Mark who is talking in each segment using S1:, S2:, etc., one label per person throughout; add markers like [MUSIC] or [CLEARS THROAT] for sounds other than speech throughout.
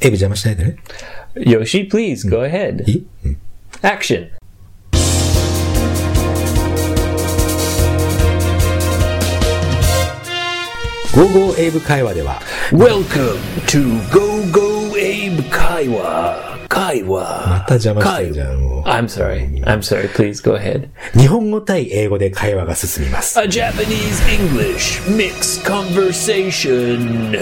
S1: エビ邪魔しないでね。
S2: Yoshi, please go ahead.
S1: いい、うん、
S2: Action.
S1: ゴーゴーエイブ会話では、
S2: Welcome to Go Go Abe Kaiwa.
S1: ま
S2: Kaiwa.
S1: た邪魔してるじゃん、も
S2: I'm sorry. I'm sorry. Please go ahead.
S1: う。日本語対英語で会話が進みます。
S2: A Japanese English mixed conversation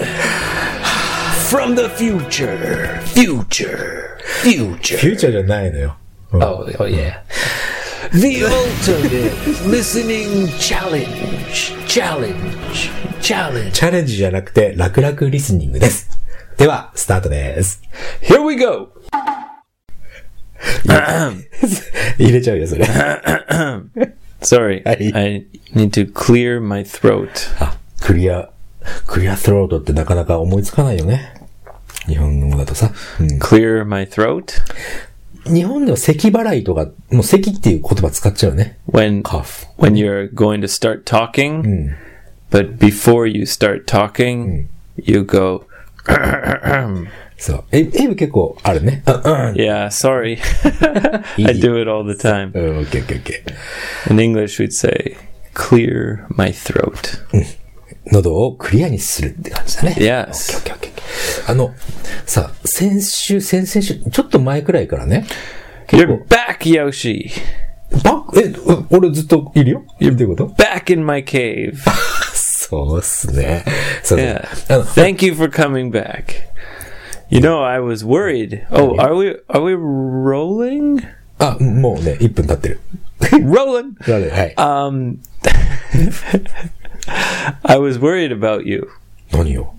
S2: from the future. Future. Future.
S1: フューチャーじゃないのよ。うん、
S2: Oh, oh yeah. The ultimate listening challenge. Challenge. Challenge.
S1: チャレンジじゃなくて、楽々リスニングです。では、スタートです。 [LAUGHS]
S2: Here we go.
S1: 入れちゃうよ、それ。
S2: Sorry,
S1: Hey.
S2: I need to clear my throat.
S1: あ、クリア、クリアスロートってなかなか思いつかないよね。日本語だとさ。う
S2: Clear my throat
S1: ん、日本では咳払いとか、もう咳っていう言葉使っちゃうね。
S2: when
S1: カフ。
S2: when you're going to start talking, but before you start talking, you go.
S1: そう。え、エイブ結構あるね。あうん。
S2: Yeah, sorry. [LAUGHS] I do it all the time.
S1: うん、オッケーオッケーオッケ
S2: In English, we'd say clear my throat.
S1: ー。喉をクリアにするって感じだね。オ
S2: Yes.
S1: ッケーオッケーオッケー。あの、さ、先週、先々週、ちょっと前くらいからね。
S2: You're back, Yoshi.
S1: バック、え、う俺ずっといるよいるってこと
S2: Back in my cave.
S1: そうっすね。そうね
S2: Yeah.
S1: あの、
S2: Thank you for coming back. You know, I was worried. Oh, are we are we rolling? [LAUGHS]
S1: あ、もうね、1分経ってる。
S2: Rolling.
S1: なのではい。
S2: Um [LAUGHS] I was worried about you.
S1: 何を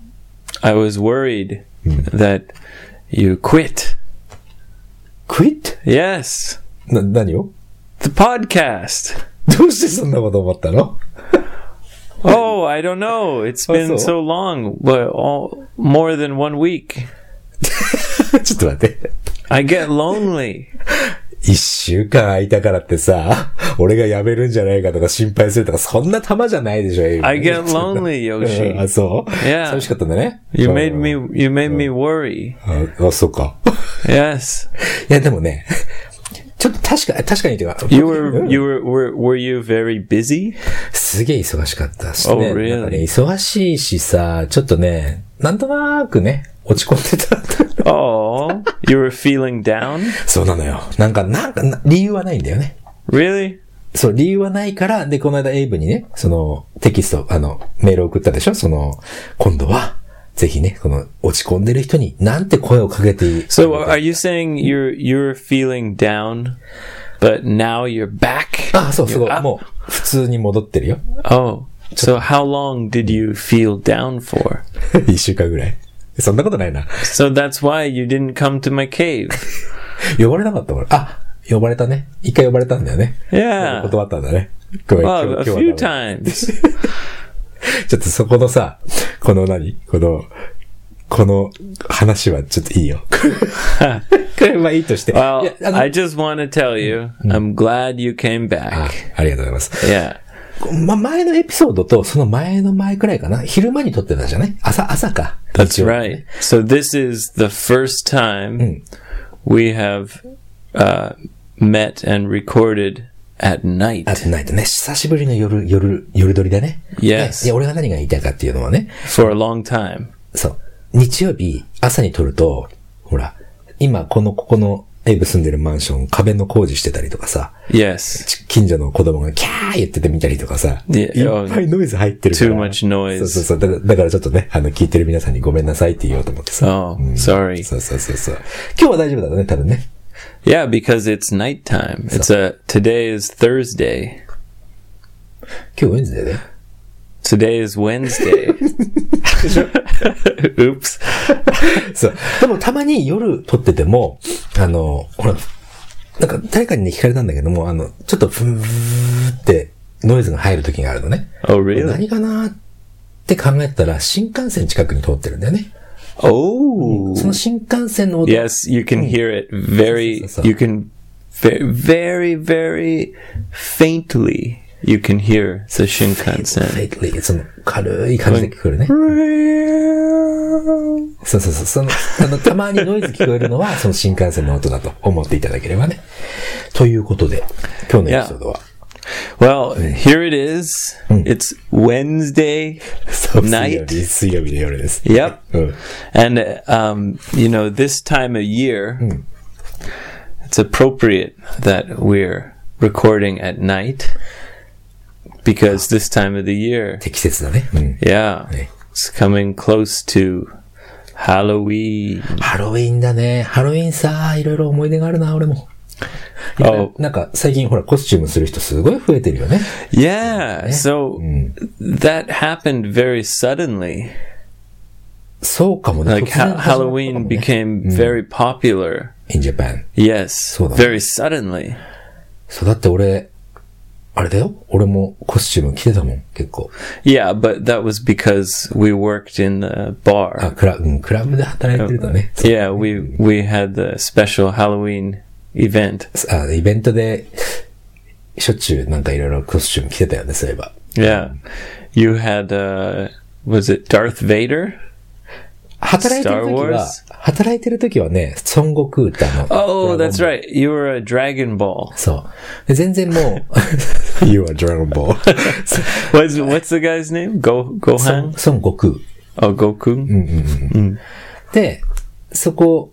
S2: I was worried that you quit.
S1: ?quit?
S2: Yes.
S1: な、何を
S2: The podcast.
S1: どうしてそんなこと思ったの [LAUGHS]
S2: Oh, I don't know. It's been
S1: so?
S2: so long, but all, more than one week.
S1: ちょっと待って。
S2: I get lonely.
S1: 一週間空いたからってさ、俺が辞めるんじゃないかとか心配するとか、そんな玉じゃないでしょ、エイブ
S2: I get lonely,
S1: [LAUGHS] うんあ、
S2: Yoshi.
S1: そう
S2: Yeah.
S1: 寂しかったんだね。
S2: You made
S1: うん
S2: me you made me worry.
S1: あ、あそうか。
S2: Yes.
S1: いや、でもね、 [LAUGHS] ちょっと確か、確かにというか、
S2: You were you were were were you very busy?
S1: すげえ忙しかったし
S2: Oh,
S1: ね。
S2: really?
S1: なんかね、忙しいしさ、ちょっとね、なんとなくね、落ち込んでた。 [LAUGHS]
S2: Oh, you were feeling down?
S1: そうなのよ。なんか、なんか、な理由はないんだよね。
S2: Really?
S1: そう、理由はないから、で、この間エイブにね、その、テキスト、あの、メール送ったでしょその、今度は、ぜひね、この、落ち込んでる人に、なんて声をかけていい
S2: So are you saying you're you're feeling down, but now you're back?
S1: あ、そう、すご
S2: You're
S1: い。
S2: up?
S1: もう、普通に戻ってるよ。 [LAUGHS]
S2: Oh, so how long did you feel down for?
S1: 一週間ぐらい。そんなことないな。
S2: So that's why you didn't come to my [LAUGHS] cave.
S1: 呼ばれなかった俺。あ、呼ばれたね。一回呼ばれたんだよね。
S2: Yeah.
S1: 断ったんだね。ごめん、
S2: Well,
S1: 今
S2: a
S1: 日
S2: few
S1: はダメ
S2: times.
S1: ちょっとそこのさ、この何この、この話はちょっといい
S2: [LAUGHS]
S1: よ。これはいいとして。い
S2: [LAUGHS] Well,
S1: やあの
S2: I just want to tell you, I'm glad you came
S1: あ
S2: back.
S1: ありがとうございます。
S2: Yeah.
S1: ま、前のエピソードとその前の前くらいかな昼間に撮ってたじゃない朝、朝か。
S2: That's right. So this is the first time we have uh, met and recorded at
S1: あ
S2: night
S1: とないとね、久しぶりの夜、夜、夜撮りだね。
S2: Yes.
S1: ねいや、俺が何が言いたいかっていうのはね、
S2: for a long time.
S1: そう。日曜日、朝に撮ると、ほら、今、この、ここの、エイブ住んでるマンション、壁の工事してたりとかさ、
S2: Yes.
S1: ち近所の子供がキャー言っててみたりとかさ、
S2: い
S1: い
S2: や
S1: っぱいノイズ入ってるから。
S2: Too much
S1: そうそうそ
S2: noise.
S1: うだから。だからちょっとね、あの、聞いてる皆さんにごめんなさいって言おうと思ってさ。
S2: Oh, sorry.
S1: そうそうそうそう。今日は大丈夫だったね、多分ね。
S2: Yeah, because it's nighttime. It's a today is Thursday.
S1: 今日ウェンズデーで。
S2: Today is Wednesday. Oops.
S1: そう。でもたまに夜撮ってても、あの、ほら、なんか誰かにね、聞かれたんだけども、あの、ちょっとふーってノイズが入る時があるのね。
S2: Oh, really?
S1: 何かなーって考えたら、新幹線近くに通ってるんだよね。
S2: Oh.
S1: その新幹線の音
S2: Yes, you can hear it very.
S1: So- so- so.
S2: You can very, very, very faintly you can hear the
S1: フ
S2: Shinkansen.
S1: ェイトリー、その軽い感じで聞こえるね。そうそうそう。その、 [LAUGHS] あの、たまにノイズ聞こえるのは、その新幹線の音だと思っていただければね。ということで、今日のエピソードは。
S2: Well, here it is. It's Wednesday
S1: そう水曜
S2: night.
S1: 日、水曜日の夜です。
S2: Yep.
S1: うん。
S2: And, uh, um, you know, this time of year, it's appropriate that we're recording at night because this time of the year,
S1: 適切だね。うん。
S2: yeah,
S1: Hey.
S2: it's coming close to Halloween.
S1: ハロウィンだね。ハロウィンさ、いろいろ思い出があるな、俺も。いや
S2: Oh.
S1: なんか、最近ほら、コスチュームする人すごい増えてるよね。
S2: Yeah, so that happened very suddenly.
S1: そうかもね。
S2: Like
S1: 突然始ま
S2: ha-
S1: ったかもね
S2: Halloween became very popular.
S1: in Japan.
S2: Yes,
S1: So-
S2: very suddenly.
S1: そう、だって俺、あれだよ。俺もコスチューム着てたもん、結構。
S2: Yeah, but that was because we worked in the
S1: あ、
S2: bar.
S1: クラブ、うん、クラブで働いてるとね。
S2: Yeah, we we had the special Halloween event.
S1: あイベントで、しょっちゅうなんかいろいろコスチューム着てたよね、そういえば。
S2: Yeah, you had uh, was it Darth Vader?
S1: 働いてる時
S2: Star
S1: は
S2: Wars？、
S1: 働いてる時はね、孫悟空ってあの、
S2: Oh,
S1: ドラゴン
S2: that's right. You were a Dragon Ball.
S1: そう。で全然も
S2: [LAUGHS]
S1: う、You are Dragon Ball.
S2: What's what's the guy's name? Go
S1: 孫
S2: Gohan?
S1: 孫悟空。
S2: Oh, Goku.
S1: で、そこ、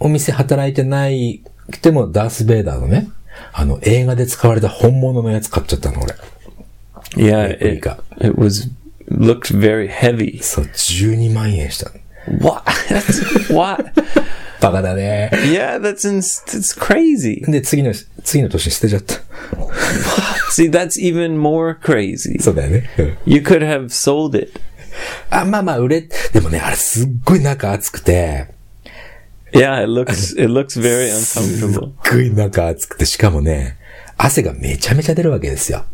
S1: お店働いてないくても、ダース・ベイダーのね、あの、映画で使われた本物のやつ買っちゃったの、俺。
S2: Yeah, it,
S1: Replica.
S2: it was looked very heavy.
S1: そう、12万円した。
S2: What? That's, [LAUGHS] what?
S1: バカだね。
S2: Yeah, that's ins it's crazy.
S1: で、次の、次の年捨てちゃった。
S2: See, that's even more crazy.
S1: そうだよね。うん
S2: You could have sold it.
S1: あ、まあまあ、売れ、でもね、あれすっごい中暑くて、
S2: Yeah, it looks it looks very
S1: すっ
S2: uncomfortable.
S1: ごい中暑くて、しかもね、汗がめちゃめちゃ出るわけですよ。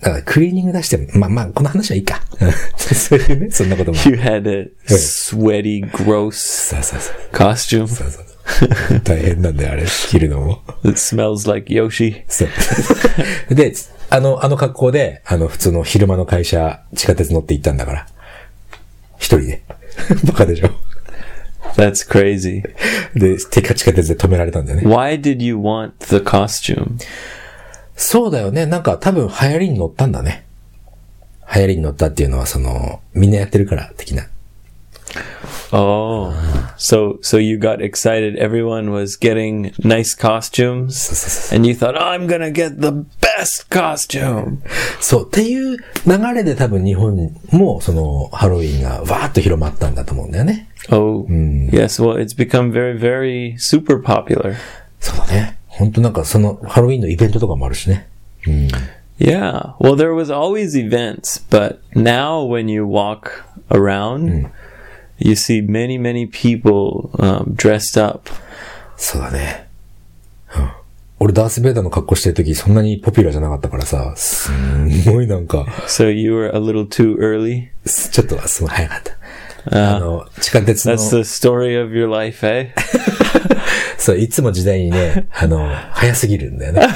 S1: だからクリーニング出しても、まあまあ、この話はいいか。 [LAUGHS] そういうね、そんなことも。
S2: You had a sweaty, gross
S1: そうそうそう。
S2: costume
S1: そうそうそう大変なんだよ、あれ、着るのも。
S2: that smells like Yoshi.
S1: そう。 [LAUGHS] で、あの、あの格好で、あの、普通の昼間の会社、地下鉄乗って行ったんだから。一人で。 [LAUGHS] バカでしょ。
S2: That's crazy.
S1: で、地下地下鉄で止められたんだよね。
S2: Why did you want the costume?
S1: そうだよね。なんか多分流行りに乗ったんだね。流行りに乗ったっていうのは、その、みんなやってるから、的な。
S2: Oh, so so you got excited. Everyone was getting nice costumes, and you thought, oh, "I'm gonna get the best costume."
S1: そう。っていう流れで多分日本も、その、ハロウィンがわーっと広まったんだと思うんだよね。
S2: Oh, yes. Well, it's become very, very super popular.
S1: そうだね。ほんとなんかその、ハロウィンのイベントとかもあるしね。
S2: Yeah. Well, there was always events, but now when you walk around, you see many, many people um, dressed up.
S1: そうだね。うん俺、ダース・ベイダーの格好してる時、そんなにポピュラーじゃなかったからさ、すんごいなんか、
S2: So you were a little too early.
S1: すちょっと、すごい早かった。あの、地下鉄の、
S2: That's the story of your life, eh?
S1: そう、いつも時代にね、あの、早すぎるんだよね。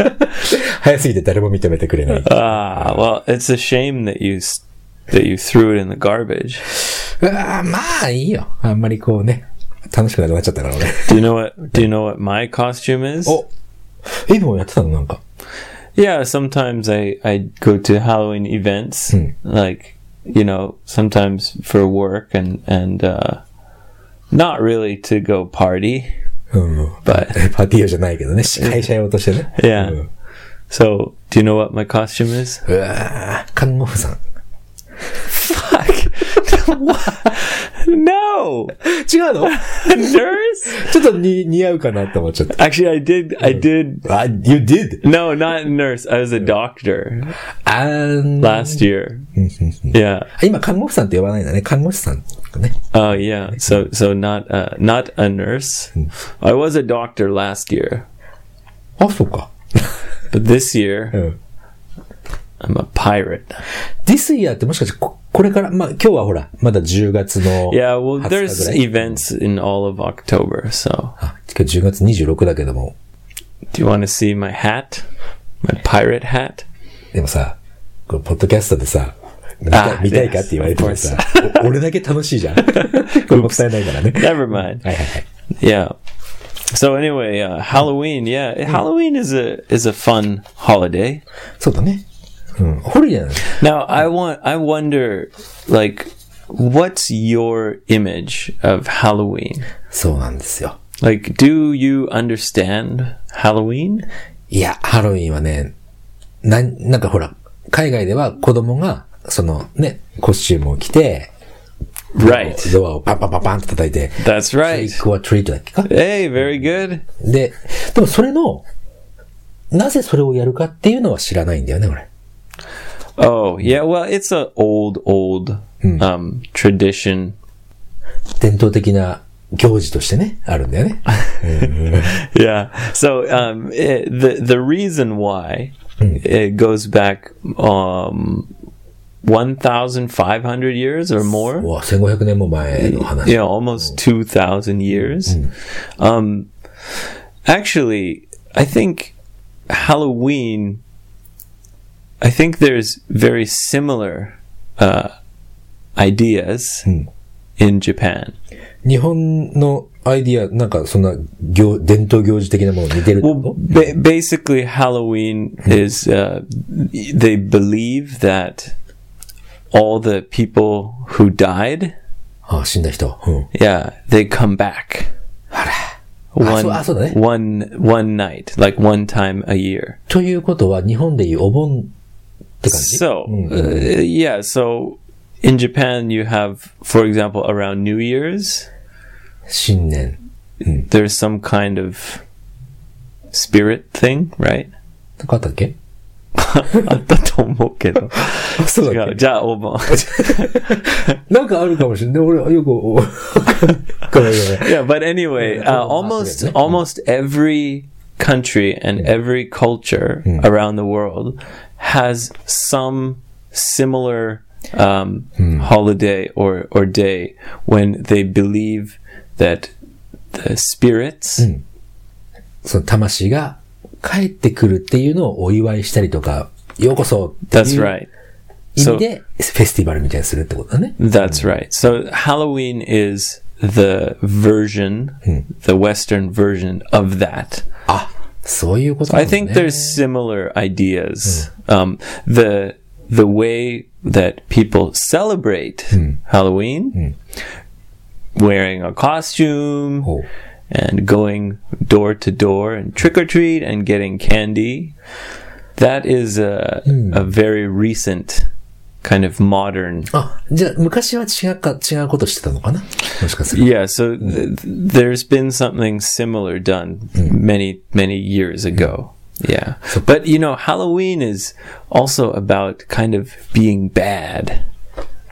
S1: [LAUGHS] 早すぎて誰も認めてくれ [LAUGHS] ない。
S2: Ah, well, it's a shame that you s- that you threw it in the garbage.
S1: うわーまあ、いいよ。あんまりこうね、楽しくなくなっちゃったから俺。
S2: Do you know what? Do you know what my costume is?
S1: おえ、でもやってたのなんか。
S2: Yeah, sometimes I I go to Halloween events, like you know, sometimes for work and and uh, not really to go party,
S1: うん。 [LAUGHS]
S2: but
S1: パーティー用じゃないけどね、会社用として [LAUGHS] ね。
S2: いや
S1: うん
S2: so do you know what my costume is?
S1: うわー看護婦さん。
S2: Fuck. [LAUGHS] no,
S1: 違うの
S2: nurse.
S1: [LAUGHS] ちょっとに似合うかなって思っちゃった。
S2: Actually, I did. I did.
S1: あ、you did!
S2: No, not nurse. I was a doctor
S1: あー
S2: last year.
S1: Hmm.
S2: Yeah.
S1: 今、看護婦さんって呼ばないんだね。看護師さんとかね。
S2: Oh yeah. So so not uh, not a nurse. I was a doctor last year,
S1: あ、そうか。
S2: but this year
S1: うん。
S2: I'm a pirate.
S1: This year ってもしかしてこ、これから、まあ今日はほら、まだ10月の。
S2: Yeah, well,
S1: 20日
S2: there's
S1: ぐらい
S2: events in all of October. So,
S1: あ今日10月26だけども。
S2: do you want to see my hat?
S1: あ
S2: my pirate hat.
S1: でもさ、これポッドキャストでさ、見た
S2: あ
S1: 見たいかって言われてもさ、 [LAUGHS] お俺だけ楽しいじゃん。これも伝えないからね。
S2: [LAUGHS] Never
S1: はい
S2: mind.
S1: はいはい。
S2: Yeah. So anyway, uh, Halloween. Yeah, Halloween is a is a fun holiday.
S1: そうだね。うん。ホリデーなの
S2: Now I want I wonder like what's your image of Halloween?
S1: そうなんですよ。
S2: Like do you understand Halloween?
S1: いや、ハロウィンはね、なん、なんかほら、海外では子供が、そのね、コスチュームを着て、
S2: Right.
S1: ドアをパンパンパンパンって叩いて、
S2: That's
S1: トリ
S2: right.
S1: ックはトリートだっけか
S2: Hey, very good.
S1: で、でもそれの、なぜそれをやるかっていうのは知らないんだよね、俺。
S2: Oh, yeah, well, it's a old old um tradition.
S1: 伝統的な行事としてね、あるんだよね。
S2: Yeah. So um, eh, the the reason why it goes back um, one thousand five hundred years or more.
S1: お1500年も前の話。
S2: Yeah, almost two thousand years. Um, actually, I think Halloween. I think there's very similar uh, ideas in Japan.
S1: 日本のアイディア、なんかそんな行、伝統行事的なものに似てるってこ
S2: Well,
S1: と
S2: ba- basically, Halloween is uh, they believe that all the people who died,
S1: ああ、死んだ人。うん。
S2: yeah, they come back
S1: あ
S2: one
S1: そうあ、そうだね。
S2: one one night, like one time a year.
S1: ということは、日本でいうお盆って感じ
S2: So uh, yeah, so in Japan, you have, for example, around New Year's,
S1: 新年。
S2: there's some kind of spirit thing, right? [LAUGHS]
S1: なんかあったっけ
S2: あったと思うけど。
S1: あ、そうだっけ
S2: 違う。じゃあ、お盆。
S1: なんかあるかもしれない。俺は [LAUGHS] よく、おごめんごめん
S2: yeah, but anyway,
S1: Yeah,
S2: uh,
S1: that's
S2: almost
S1: good, yeah.
S2: almost every country and
S1: Hmm.
S2: every culture around the world has some similar um,
S1: Hmm.
S2: holiday or or day when they believe that the spirits.
S1: Hmm. その魂が帰ってくるっていうのをお祝いしたりとか、ようこそってい
S2: That's
S1: う
S2: right.
S1: 意味で、フェスティバルみたいにするってことだね。
S2: That's right. So Halloween is the version,
S1: Hmm.
S2: the Western version of that.
S1: あ、そういうことなん
S2: I
S1: だね。
S2: think there's similar ideas. Um, the the way that people celebrate Halloween, wearing a costume
S1: ほう
S2: and going door to door and trick or treat and getting candy, that is a a very recent kind of modern.
S1: あ、じゃあ昔は違うか、違うことしてたのかなもしかすると
S2: Yeah, so th- there's been something similar done many, many years ago. Yeah. But, you know, Halloween is also about kind of being bad.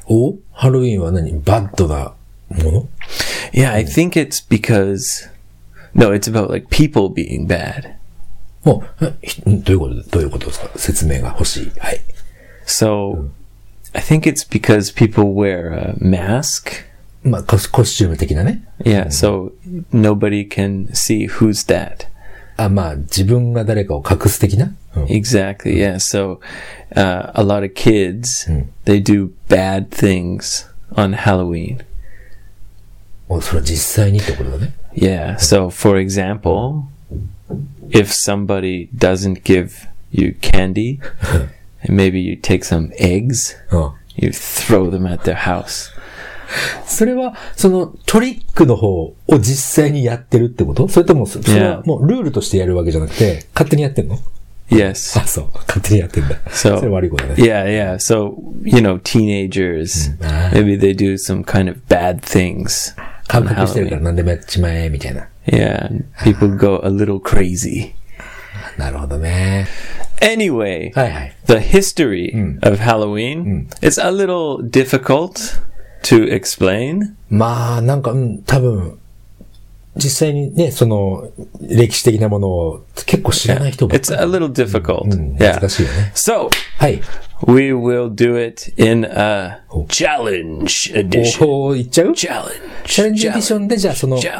S1: おハロウィンは何バッドなもの
S2: Yeah, I think it's because. No, it's about like people being bad.
S1: もう、えひんどういうことどういうことですか説明が欲しい。はい。
S2: So I think it's because people wear a mask.
S1: まあ、コスコスチューム的なね。
S2: Yeah, so nobody can see who's that.
S1: あ、まあ、自分が誰かを隠す的な、うん
S2: Exactly. Yeah. So uh, a lot of kids they do bad things on Halloween.
S1: おそれは実際にってことだね。
S2: Yeah. So for example, if somebody doesn't give you candy, and maybe you take some eggs,
S1: うん。
S2: you throw them at their house.
S1: それは、そのトリックの方を実際にやってるってことそれとも、そそれは
S2: Yeah.
S1: もうルールとしてやるわけじゃなくて、勝手にやってんの
S2: Yes.
S1: あ、そう。勝手にやってんだ。
S2: So-
S1: れ悪いことだね。
S2: Yeah, yeah. So, you know, teenagers,
S1: Ah.
S2: maybe they do some kind of bad things.
S1: 感覚してるから何でもやっちまえ、みたいな。
S2: Yeah, and people go a little crazy.
S1: なるほどね。
S2: Anyway,
S1: はいはい。
S2: the history of Halloween. It's a little difficult to explain.
S1: まあ、なんか、うん、多分、実際にね、その、歴史的なものを結構知らない人ばっ
S2: It's
S1: か
S2: a little difficult.
S1: り。
S2: Yeah.
S1: 難しいよね。
S2: So
S1: はい。
S2: we will do it in a challenge edition.
S1: おおいっちゃうチ
S2: Challenge.
S1: ャレンジエディション
S2: Challenge.
S1: で、じゃあその、
S2: Challenge.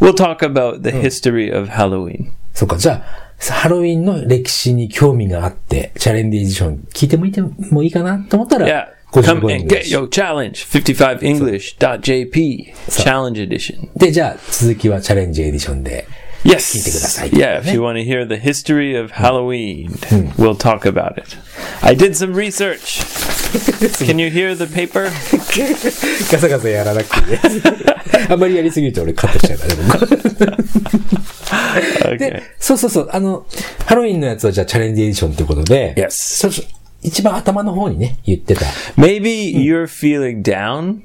S2: We'll talk about the history of Halloween.
S1: そうか、じゃあ、ハロウィンの歴史に興味があって、チャレンジエディション聞いてもいてもいいかなと思ったら、
S2: Yeah.
S1: 55
S2: Come and get your challenge. 55english.jp. Challenge edition.
S1: で、じゃあ、続きはチャレンジエディションで。
S2: Yes. Hmm.
S1: 聞いてください。
S2: Yeah, if you want to hear the history of Halloween, we'll talk about it. I did some [LAUGHS] research. Can you hear the paper? [LAUGHS]
S1: ガサガサやらなくていいです。あんまりやりすぎると俺カットしちゃうから、僕で
S2: Okay.、
S1: そうそうそう、あの、ハロウィンのやつはじゃあチャレンジエディションってことで、
S2: Yes.
S1: そうそう一番頭の方にね、言ってた。
S2: Maybe you're feeling down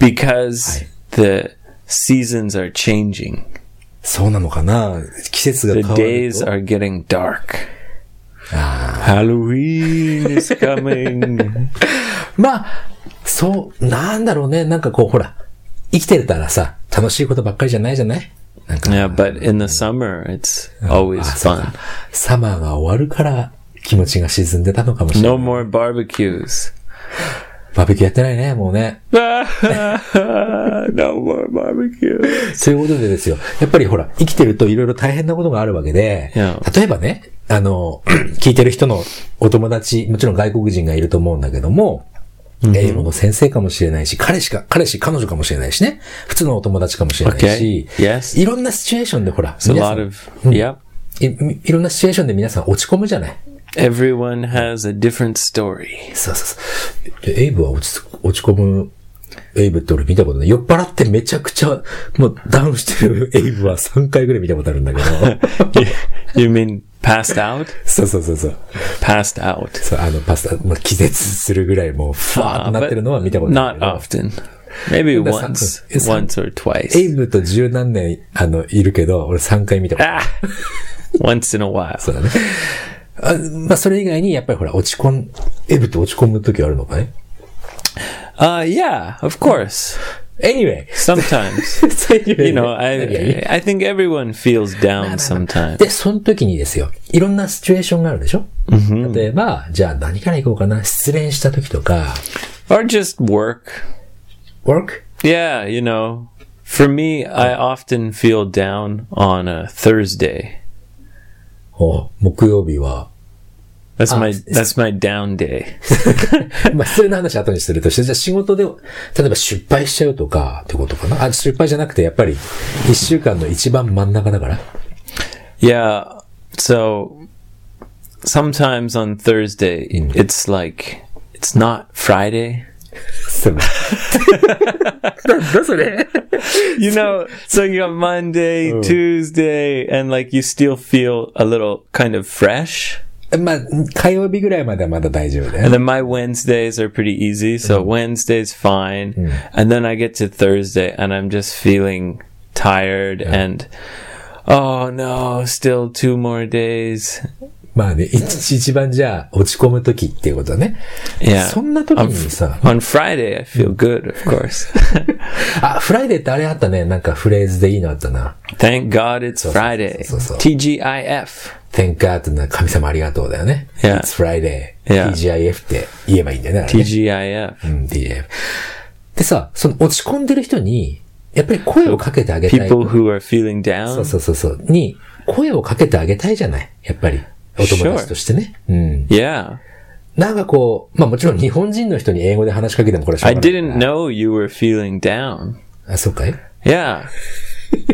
S2: because the seasons are changing.
S1: そうなのかな季節が
S2: The
S1: 変わ
S2: days
S1: る
S2: are getting dark. Ah. Halloween [LAUGHS] is coming.
S1: と。まあ、そう、なんだろうね。なんかこう、ほら、生きてたらさ、楽しいことばっかりじゃないじゃないなんか、
S2: yeah, but in the summer, it's always
S1: あそうか
S2: fun.
S1: サマーが終わるから気持ちが沈んでたのかもしれない。
S2: No more barbecues.
S1: バーベキューやってないね、もうね。 [LAUGHS]
S2: no more barbecues.
S1: そういうことでですよ。やっぱりほら、生きてるといろいろ大変なことがあるわけで、
S2: いや
S1: 例えばね、あの、 [CLEARS THROAT] 聞いてる人のお友達、もちろん外国人がいると思うんだけども、英語の先生かもしれないし、彼氏か、彼氏、彼女かもしれないしね、普通のお友達かもしれないし、
S2: Okay. Yes.
S1: いろんなシチュエーションでほら、
S2: It's a
S1: 皆さ
S2: lot
S1: ん
S2: of, yep.
S1: いいろんなシチュエーションで皆さん落ち込むじゃない
S2: Everyone has a different
S1: [LAUGHS]
S2: story.
S1: そうそうそう。でエイブは落ち着く、落ち込む、エイブって俺見たことない。酔っ払ってめちゃくちゃ、もうダウンしてるエイブは3回ぐらい見たことあるんだ [LAUGHS] けど。
S2: You- you mean passed out?
S1: そうそうそうそう。
S2: Passed out.
S1: そう、あの、パスタ、まあ、気絶するぐらいもう、ファーっ
S2: Uh,
S1: てなって
S2: but
S1: るのは見たことない
S2: not
S1: けど。
S2: often. Maybe
S1: That's
S2: once,
S1: something. It's
S2: once or twice.
S1: エイブと十何年、あの、いるけど、俺3回見たことある。
S2: Ah, [LAUGHS] once in a while.
S1: そうだね。あまあ、それ以外に、やっぱりほら、落ち込ん、エイブって落ち込む時あるのかね
S2: Uh, yeah, of course.
S1: ?Anyway!
S2: Sometimes,
S1: [LAUGHS] そう anyway
S2: you know,
S1: 何がいい
S2: I I think everyone feels down sometimes.
S1: で、その時にですよ、いろんなシチュエーションがあるでしょ、例えば、じゃあ何から行こうかな失恋した時とか、
S2: or just work.
S1: work?
S2: Yeah, you know, for me, I often feel down on a Thursday.
S1: お木曜日は、 [LAUGHS]
S2: That's my
S1: it's-
S2: that's my down day.
S1: まあ、失礼な話後にするとして、じゃあ仕事で、例えば失敗しちゃうとか、ってことかなあ、失敗じゃなくて、やっぱり、一週間の一番真ん中だから。
S2: Yeah, so sometimes on Thursday, it's like it's not Friday.
S1: それなんだそれ
S2: [LAUGHS] you know, [LAUGHS] so you got Monday, Tuesday, and like you still feel a little kind of fresh.
S1: [LAUGHS] まあ、火曜日ぐらいまではまだ大丈夫だよ
S2: And。then my Wednesdays are pretty easy.
S1: Mm.
S2: So Wednesday's fine. And then I get to Thursday and I'm just feeling tired and oh no, still two more days.
S1: まあね、一一番じゃあ、落ち込む時っていうことだね。
S2: Yeah.
S1: そんな時にさ、
S2: On Friday,
S1: Mm.
S2: I feel good, of
S1: [LAUGHS]
S2: course.
S1: あ、フライデーってあれあったね。なんかフレーズでいいのあったな。
S2: Thank God it's Friday.
S1: so, so.
S2: TGIF.
S1: Thank God な神様ありがとうだよね。
S2: Yeah.
S1: It's Friday.
S2: Yeah.
S1: TGIF って言えばいいんだよね。あれね
S2: TGIF.
S1: うん、TGIF。でさ、その落ち込んでる人に、やっぱり声をかけてあげたい。
S2: People who are feeling
S1: そう
S2: down.
S1: そうそうそう。に、声をかけてあげたいじゃない。やっぱり。お友達としてね。うん。
S2: Yeah.
S1: なんかこう、まあもちろん日本人の人に英語で話しかけてもこれしょう
S2: I
S1: がないから
S2: didn't know you were feeling down.
S1: あ、そうかい
S2: Yeah,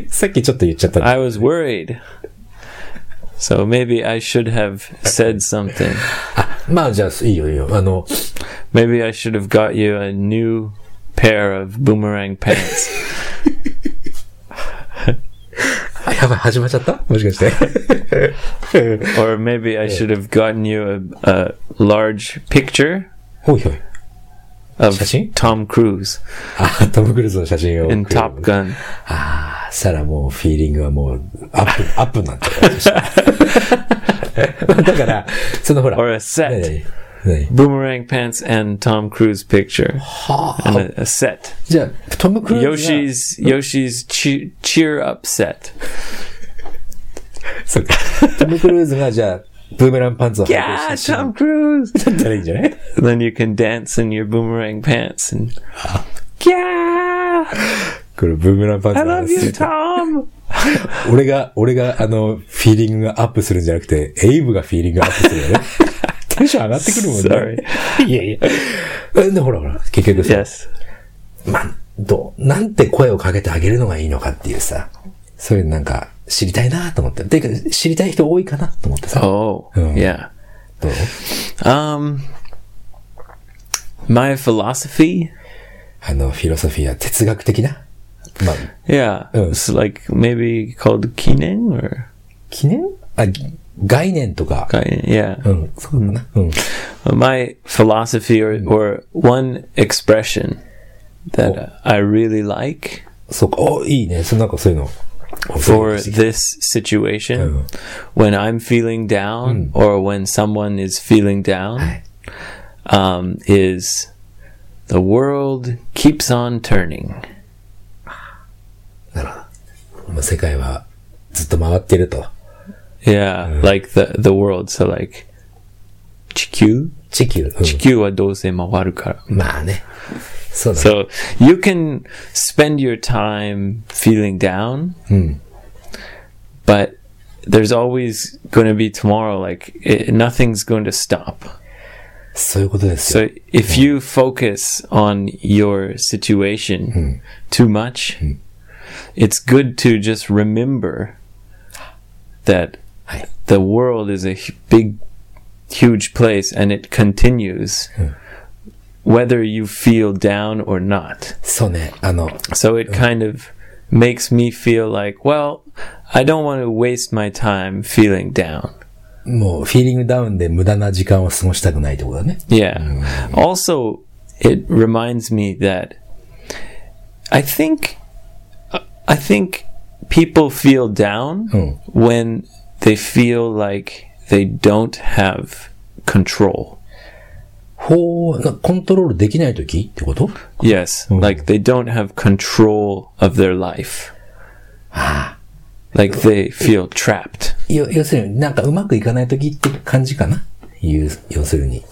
S1: さっきちょっと言っちゃった。
S2: I was worried. So maybe I should have said something.
S1: まあじゃあ、いいよいいよ。あの、
S2: Maybe I should have got you a new pair of boomerang [LAUGHS] pants.
S1: あやばい、始まっちゃったもしか [LAUGHS] して。
S2: or maybe I should have gotten you a, a large picture
S1: おいおい。
S2: of
S1: Shall I?
S2: Tom Cruise
S1: あ、トム・クルーズの写真を。
S2: in Top Gun.
S1: ああ、したらもうフィーリングはもうアップ、アッ [LAUGHS] プになっちゃ [LAUGHS] う。だから、そのほら。
S2: Or a set.
S1: 何何何
S2: Boomerang pants and Tom Cruise picture. And a, a set.
S1: じゃあ、トム・クルーズが。
S2: Yoshi's Yoshi's che- cheer up set.
S1: そうかトム・クルーズがじゃあ、ブーメランパンツを履いてる写
S2: Yeah,
S1: 真
S2: Tom Cruise.
S1: だったらいいんじゃない
S2: then you can dance in your boomerang pants and yeah
S1: これブーメランパンツ
S2: i
S1: の
S2: love
S1: 話
S2: you tom
S1: 俺が、俺が、あの、フィーリングがアップするんじゃなくて、エイブがフィーリングアップする [LAUGHS] よね。テンション上がってくるもんね。Sorry. いやいや。えで、ほらほら、結局さ、
S2: Yes.
S1: まあ、どう、なんて声をかけてあげるのがいいのかっていうさ、そういうのなんか、知りたいなと思って。てか、知りたい人多いかなと思ってさ。
S2: Oh,
S1: Oh.
S2: yeah.
S1: どう
S2: Um, my philosophy.
S1: あの、フィロソフィア、哲学的なまあ、
S2: Yeah,
S1: Oh.
S2: it's like maybe called kinen or
S1: 記念あ、概念とか。
S2: kai- yeah.
S1: うん、そうかな。うん。
S2: My philosophy or or one expression that
S1: Oh.
S2: I really like
S1: そうか。お、いいね。そのなんかそういうの。
S2: for this situation when I'm feeling down or when someone is feeling down
S1: はい。
S2: um, is the world keeps on turning.
S1: まあ世界はずっと回ってると。
S2: Yeah, like the the world. So like, 地球
S1: 地球。うん
S2: 地球はどうせ回るから。
S1: まあね。そうだね。
S2: So you can spend your time feeling down, but there's always going to be tomorrow. Like it, nothing's going to stop.
S1: そういうことですよ。
S2: So if you focus on your situation too much, it's good to just remember that
S1: Hi.
S2: the world is a hu- big, huge place and it continues whether you feel down or not.
S1: そうね。あの、
S2: So it kind of makes me feel like, well, I don't want to waste my time feeling down.
S1: もうフィーリングダウンで無駄な時間を過ごしたくないってことだね。
S2: Yeah. Also, it reminds me that I think I think people feel down
S1: Mm.
S2: when they feel like they don't have control.
S1: ほう、なコントロールできないときってこと
S2: Yes, like they don't have control of their life. Like they feel trapped.
S1: よ要するに、なんかうまくいかないときって感じかないう要するに。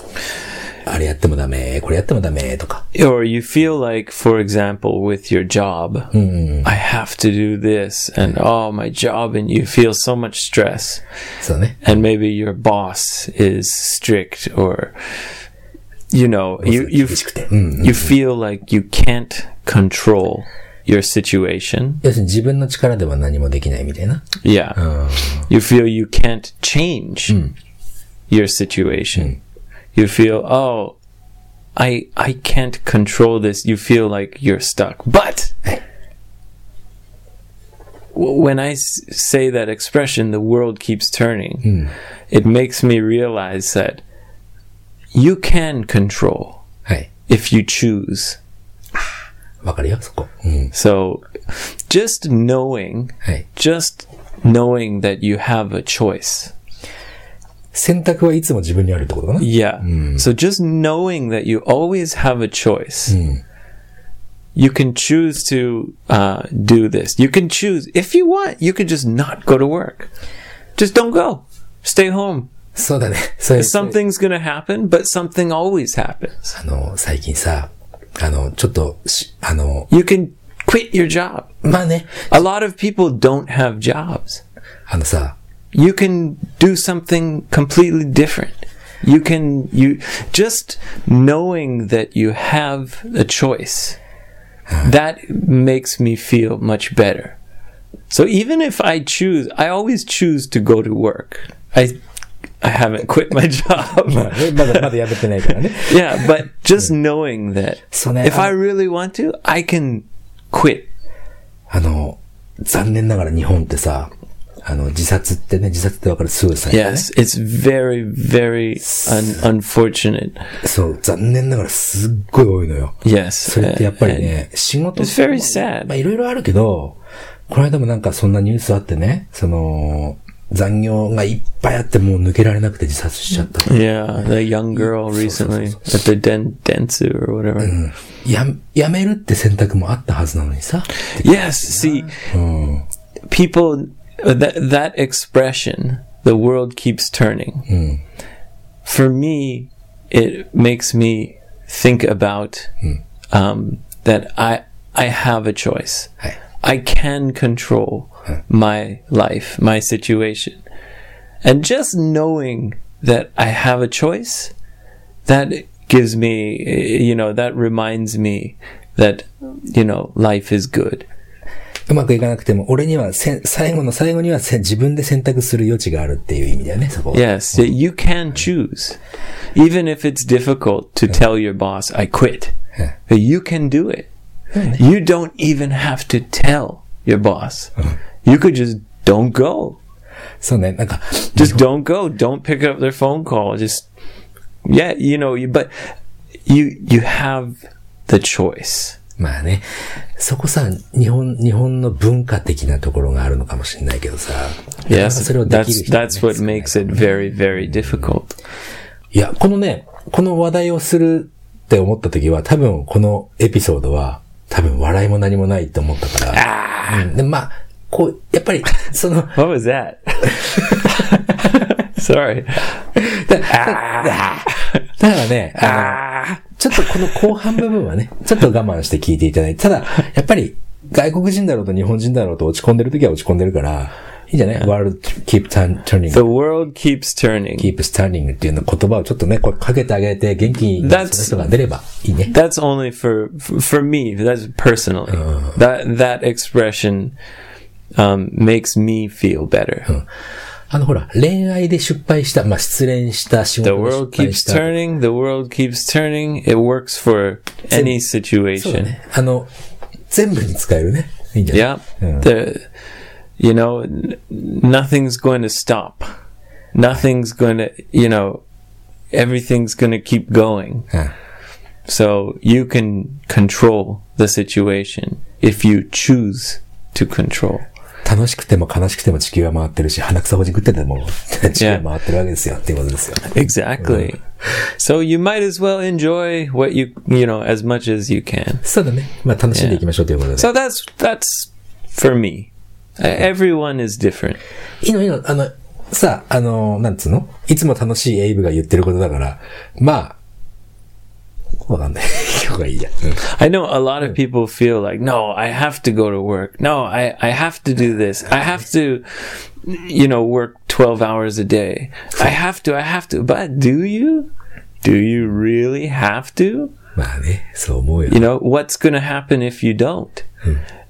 S1: あれやってもダメ、これやってもダメ、とか。
S2: Or you feel like, for example, with your job, I have to do this and oh, my job, and you feel so much stress.
S1: そうね。
S2: and maybe your boss is strict or you know you you
S1: 厳しくて。うん。
S2: you feel like you can't control your situation
S1: 要するに自分の力では何もできないみたいな。
S2: yeah you feel you can't change your situation you feel oh i i can't control this you feel like you're stuck but w- when i s- say that expression the world keeps turning it makes me realize that you can control
S1: はい。
S2: if you choose
S1: わかるよ、そこ。うん。
S2: so just knowing
S1: はい。
S2: just knowing that you have a choice.
S1: 選択はいつも自分にあるってことかな
S2: Yeah. So just knowing that you always have a choice. You can choose to uh, do this. You can choose, if you want, you can just not go to work. Just don't go. Stay home.
S1: そうだね。そういう。
S2: Something's going to happen, but something always happens.
S1: あの、最近さ、あの、ちょっとし、あの、
S2: You can quit your job.
S1: まあね、
S2: A lot of people don't have jobs.
S1: あのさ、
S2: you can do something completely different you can you just knowing that you have a choice that makes me feel much better so even if i choose i always choose to go to work i i haven't quit my [LAUGHS] job
S1: ね [LAUGHS] まだ、まだやめてないからね。
S2: [LAUGHS] yeah but just knowing that
S1: そうね。
S2: if i
S1: あの
S2: really want to i can quit
S1: あの、残念ながら日本ってさ、あの、自殺ってね、自殺ってわかるすぐさ、ね。
S2: yes it's very very un- unfortunate
S1: そう、残念ながらすっごい多いのよ。
S2: yes uh,
S1: それってやっぱり
S2: and-
S1: ね、仕事
S2: It's very sad.
S1: まあいろいろあるけど、この間もなんかそんなニュースあってね、その、残業がいっぱいあってもう抜けられなくて自殺しちゃった。
S2: Yeah, the young girl recently at the den- dentsu or whatever.
S1: や、やめるって選択もあったはずなのにさ。
S2: Yes, see, people that that expression, the world keeps turning. For me, it makes me think about um, that I I have a choice.
S1: Hey.
S2: I can control my life, my situation. And just knowing that I have a choice, that gives me, you know, that reminds me that, you know, life is good.
S1: うまくいかなくても、俺にはせん最後の最後にはせん自分で選択する余地があるっていう意味だよね、そこは。
S2: Yes, that you can choose. Even if it's difficult to tell your boss, I quit, that you can do it. You don't even have to tell your boss. You could just don't go.
S1: そうね、なんか、
S2: Just don't go. Don't pick up their phone call. Just, yeah, you know, you, but you, you have the choice.
S1: まあね、そこさ、日本、日本の文化的なところがあるのかもしれないけどさ。なかなか
S2: Yes,
S1: それをできる
S2: that's
S1: 人はね
S2: that's what makes it very very difficult.
S1: いや、このね、この話題をするって思った時は、多分このエピソードは、多分笑いも何もないと思ったから。うんで、まあ、こう、やっぱり、その、
S2: What was that? Sorry.
S1: だからね、あの、ちょっとこの後半部分はね、ちょっと我慢して聞いていただいて、ただ、やっぱり、外国人だろうと日本人だろうと落ち込んでる時は落ち込んでるから、いいんじゃない ?world keep turn- turning,
S2: The world keeps turning.
S1: keep standing っていうの言葉をちょっとね、これかけてあげて元気にな
S2: That's-
S1: る人が出ればいいね。
S2: That's only for for, for me. That's personally. That that expression um, makes me feel better.
S1: あのほら、恋愛で失敗した、まあ、失恋した、仕
S2: The
S1: 事で
S2: world
S1: 失敗
S2: keeps
S1: した。
S2: turning. The world keeps turning. It works for any
S1: そうだ
S2: situation.
S1: ね。あの、全部に使えるね。いいんじゃない
S2: Yeah. The, you know, n- nothing's going to stop. Nothing's going to, you know, everything's going to keep going.
S1: Yeah.
S2: So you can control the situation if you choose to control.
S1: 楽しくても悲しくても地球は回ってるし、鼻くそほじくってても地球は回ってるわけですよっていうことですよ。
S2: Exactly. So you might as well enjoy what you, you know, as much as you can.
S1: そうだね。まあ楽しんでいきましょうということで。
S2: So that's, that's for me. Uh, Everyone is different.
S1: いいのいいの、あの、さ、あの、なんつうのいつも楽しいエイブが言ってることだから、まあ、わかんない。 [LAUGHS] 今日がいいや。うん
S2: I know a lot of people feel like, no, I have to go to work. No, I, I have to do this. I have to, you know, work 12 hours a day. I have to, I have to. But do you? Do you really have to?
S1: まあね、そう思うよ
S2: You。know, what's going to happen if you don't?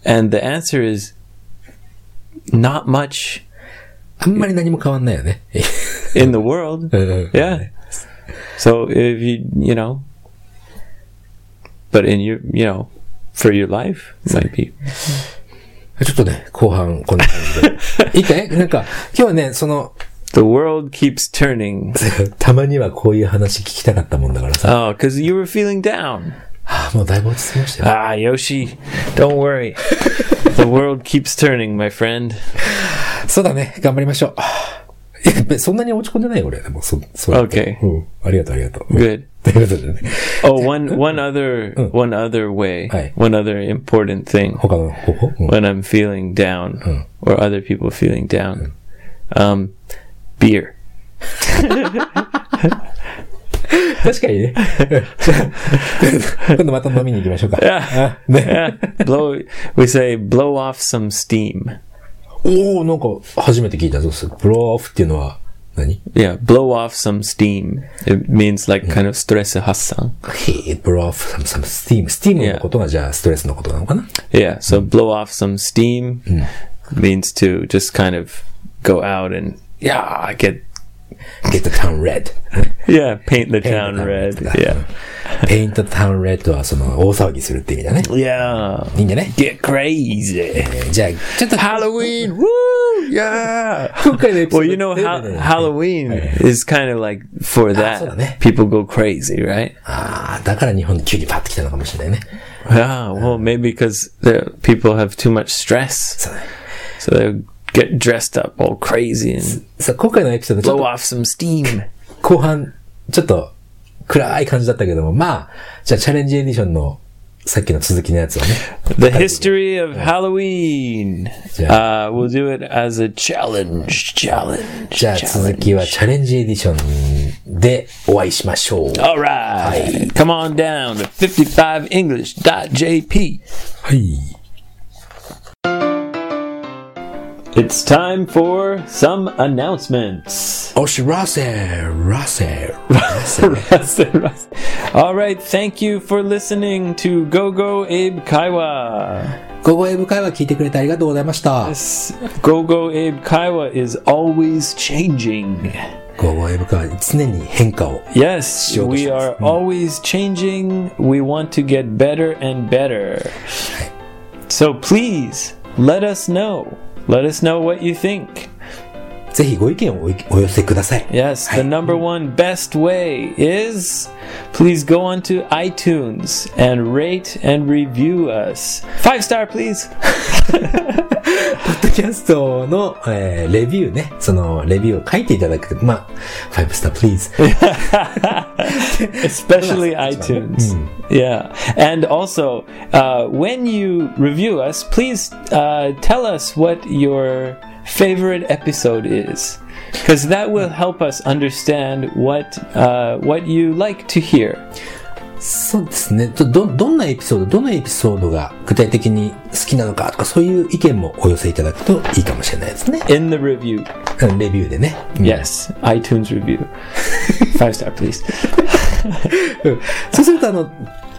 S2: And the answer is not much
S1: あんまり何も変わんないよね。 [LAUGHS]
S2: in the world.
S1: うん
S2: Yeah. So if you, you know, but in your, you know, for your life, it might be
S1: ちょっとね、後半こんな感 [LAUGHS] じで。いいかいなんか、今日はね、その、
S2: The world keeps turning.
S1: [LAUGHS] たまにはこういう話聞きたかったもんだからさ。
S2: Oh, because you were feeling down.
S1: ああ、もうだいぶ落ち着きましたよ。
S2: Ah, Yoshi, don't worry. the world keeps turning, my friend.
S1: そうだね、頑張りましょう。 [LAUGHS] え、そんなに落ち込んでないよ俺。でもそ、そう。
S2: Okay.
S1: うん。ありがとう、ありがとう。
S2: Good.
S1: ということでね、
S2: Oh, one one other one other way,
S1: Hi. Oh.
S2: one other important thing
S1: 他の方法、うん
S2: when I'm feeling down or other people feeling down, um, beer.
S1: 確かにね。 [LAUGHS] 今度また飲みに行きましょうか。
S2: Yeah.
S1: あね
S2: [LAUGHS] Yeah. blow. We say blow off some steam.
S1: おおなんか、初めて聞いたぞ。ブローオフっていうのは何、
S2: Yeah, blow off some steam. It means like kind of stress hassan.
S1: へえブローオフ、some, some steam。steam のことがじゃあストレスのことなのかな
S2: Yeah, so blow off some steam means to just kind of go out and yeah, get
S1: ?get the town red.
S2: yeah, paint the
S1: the
S2: town
S1: town
S2: red. [LAUGHS]
S1: red.
S2: Yeah.
S1: paint the town red はその、大騒ぎするって意味だね。
S2: Yeah.
S1: いいんじゃね
S2: Get crazy.
S1: じゃあ、ちょっと、
S2: Halloween. Woo! Yeah.
S1: 今回のエピソード
S2: [LAUGHS] Well, you know how Halloween is kind of like for
S1: Absolutely.
S2: that. People go crazy, right?
S1: ああ、だから日本に急にパッと来たのかもしれないね。
S2: Yeah. Ah, Well, maybe because the people have too much stress,
S1: そうだね
S2: so they get dressed up all crazy and
S1: さあ、今回のエピソード、ちょっ
S2: blow off some steam.
S1: と後半、ちょっと暗い感じだったけども、まあ、じゃあチャレンジエディションのさっきの続きのやつをね。
S2: The history of Halloween. Uh, we'll do it as a challenge. Challenge.
S1: じゃあ続
S2: challenge.
S1: きはチャレンジエディションでお会いしましょう。
S2: All right. Come on down to 55english.jp.
S1: はい。
S2: It's time for some announcements.
S1: おしらせ、らせ、らせ。
S2: [LAUGHS] All right, thank you for listening to Go Go Abe Kaiwa.
S1: 午後英語会話聞いてくれてありがとうございました。
S2: Yes, Go Go Abe Kaiwa is always changing.
S1: 午後英語会話、常に変化を。
S2: Yes, we are always changing. We want to get better and better. So please let us know. Let us know what you think.
S1: ぜひご意見をおいお寄せください。
S2: Yes, the number one best way is please go on to iTunes and rate and review us. Five star, please. [LAUGHS]
S1: ポッドキャストの、えーレビューね、そのレビューを書いていただく。まあ、5スター please。
S2: [LAUGHS] Especially iTunes. Yeah. And also, uh, when you review us, please uh, tell us what your favorite episode is. Because that will help us understand what uh, what you like to hear.
S1: そうですね。ど、どどんなエピソード、どのエピソードが具体的に好きなのかとか、そういう意見もお寄せいただくといいかもしれないですね。
S2: in the review.
S1: うんレビューでね。うん
S2: Yes, iTunes review. [LAUGHS] Five star, please.
S1: そうすると、あの、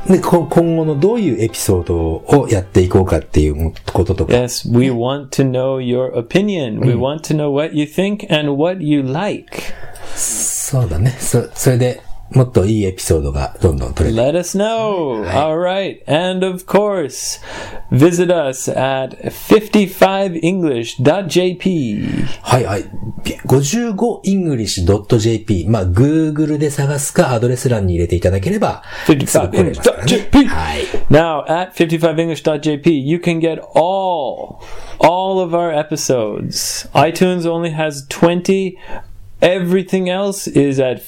S1: ね、こ今後のどういうエピソードをやっていこうかっていうこととか、
S2: Yes, we want to know your opinion. We want to know what you think and what you like.
S1: そうだね。そ、それでもっといいエピソードがどんどん取れて
S2: Let us know. All right. And of course, visit us at 55english.jp.
S1: はいはい。55english.jp。まあ、Google で探すか、アドレス欄に入れていただければ、すぐ来れますからね
S2: 55english.jp
S1: はい。
S2: Now, at 55english.jp, you can get all, all of our episodes. iTunes only has 20. Everything else is at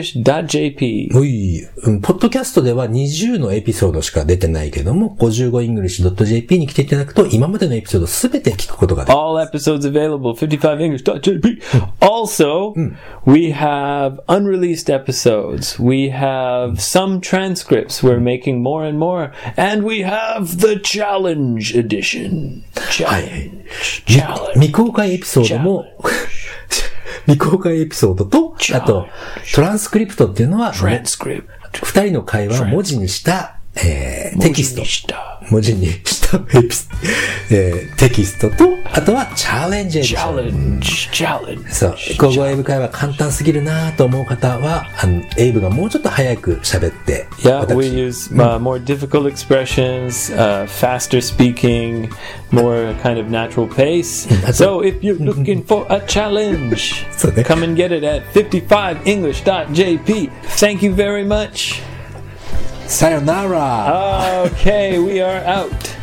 S2: 55english.jp.
S1: おい、うんポッドキャストでは20のエピソードしか出てないけども、55english.jp に来ていただくと、今までのエピソードすべて聞くことができる。
S2: All episodes available, 55english.jp. Also, we have unreleased episodes. We have some transcripts. We're making more and more. And we have the challenge edition. Challenge. Challenge.
S1: 未公開エピソードも、未公開エピソードと、あと、トランスクリプトっていうのは、
S2: Transcript.
S1: 二人の会話を文字にした、えーテキスト。文字にしたエピス、えーテキストと、あとはチャレンジエディション
S2: Challenge. Challenge.
S1: そう。午後英語会話簡単すぎるなと思う方は、あの、エイブがもうちょっと早く喋って、
S2: Yeah,
S1: 私
S2: we use uh, more difficult expressions, uh, faster speaking, more kind of natural pace. So if you're looking for a challenge,
S1: So there-
S2: come and get it at 55english.jp. Thank you very much.
S1: さよなら
S2: Okay, we are out.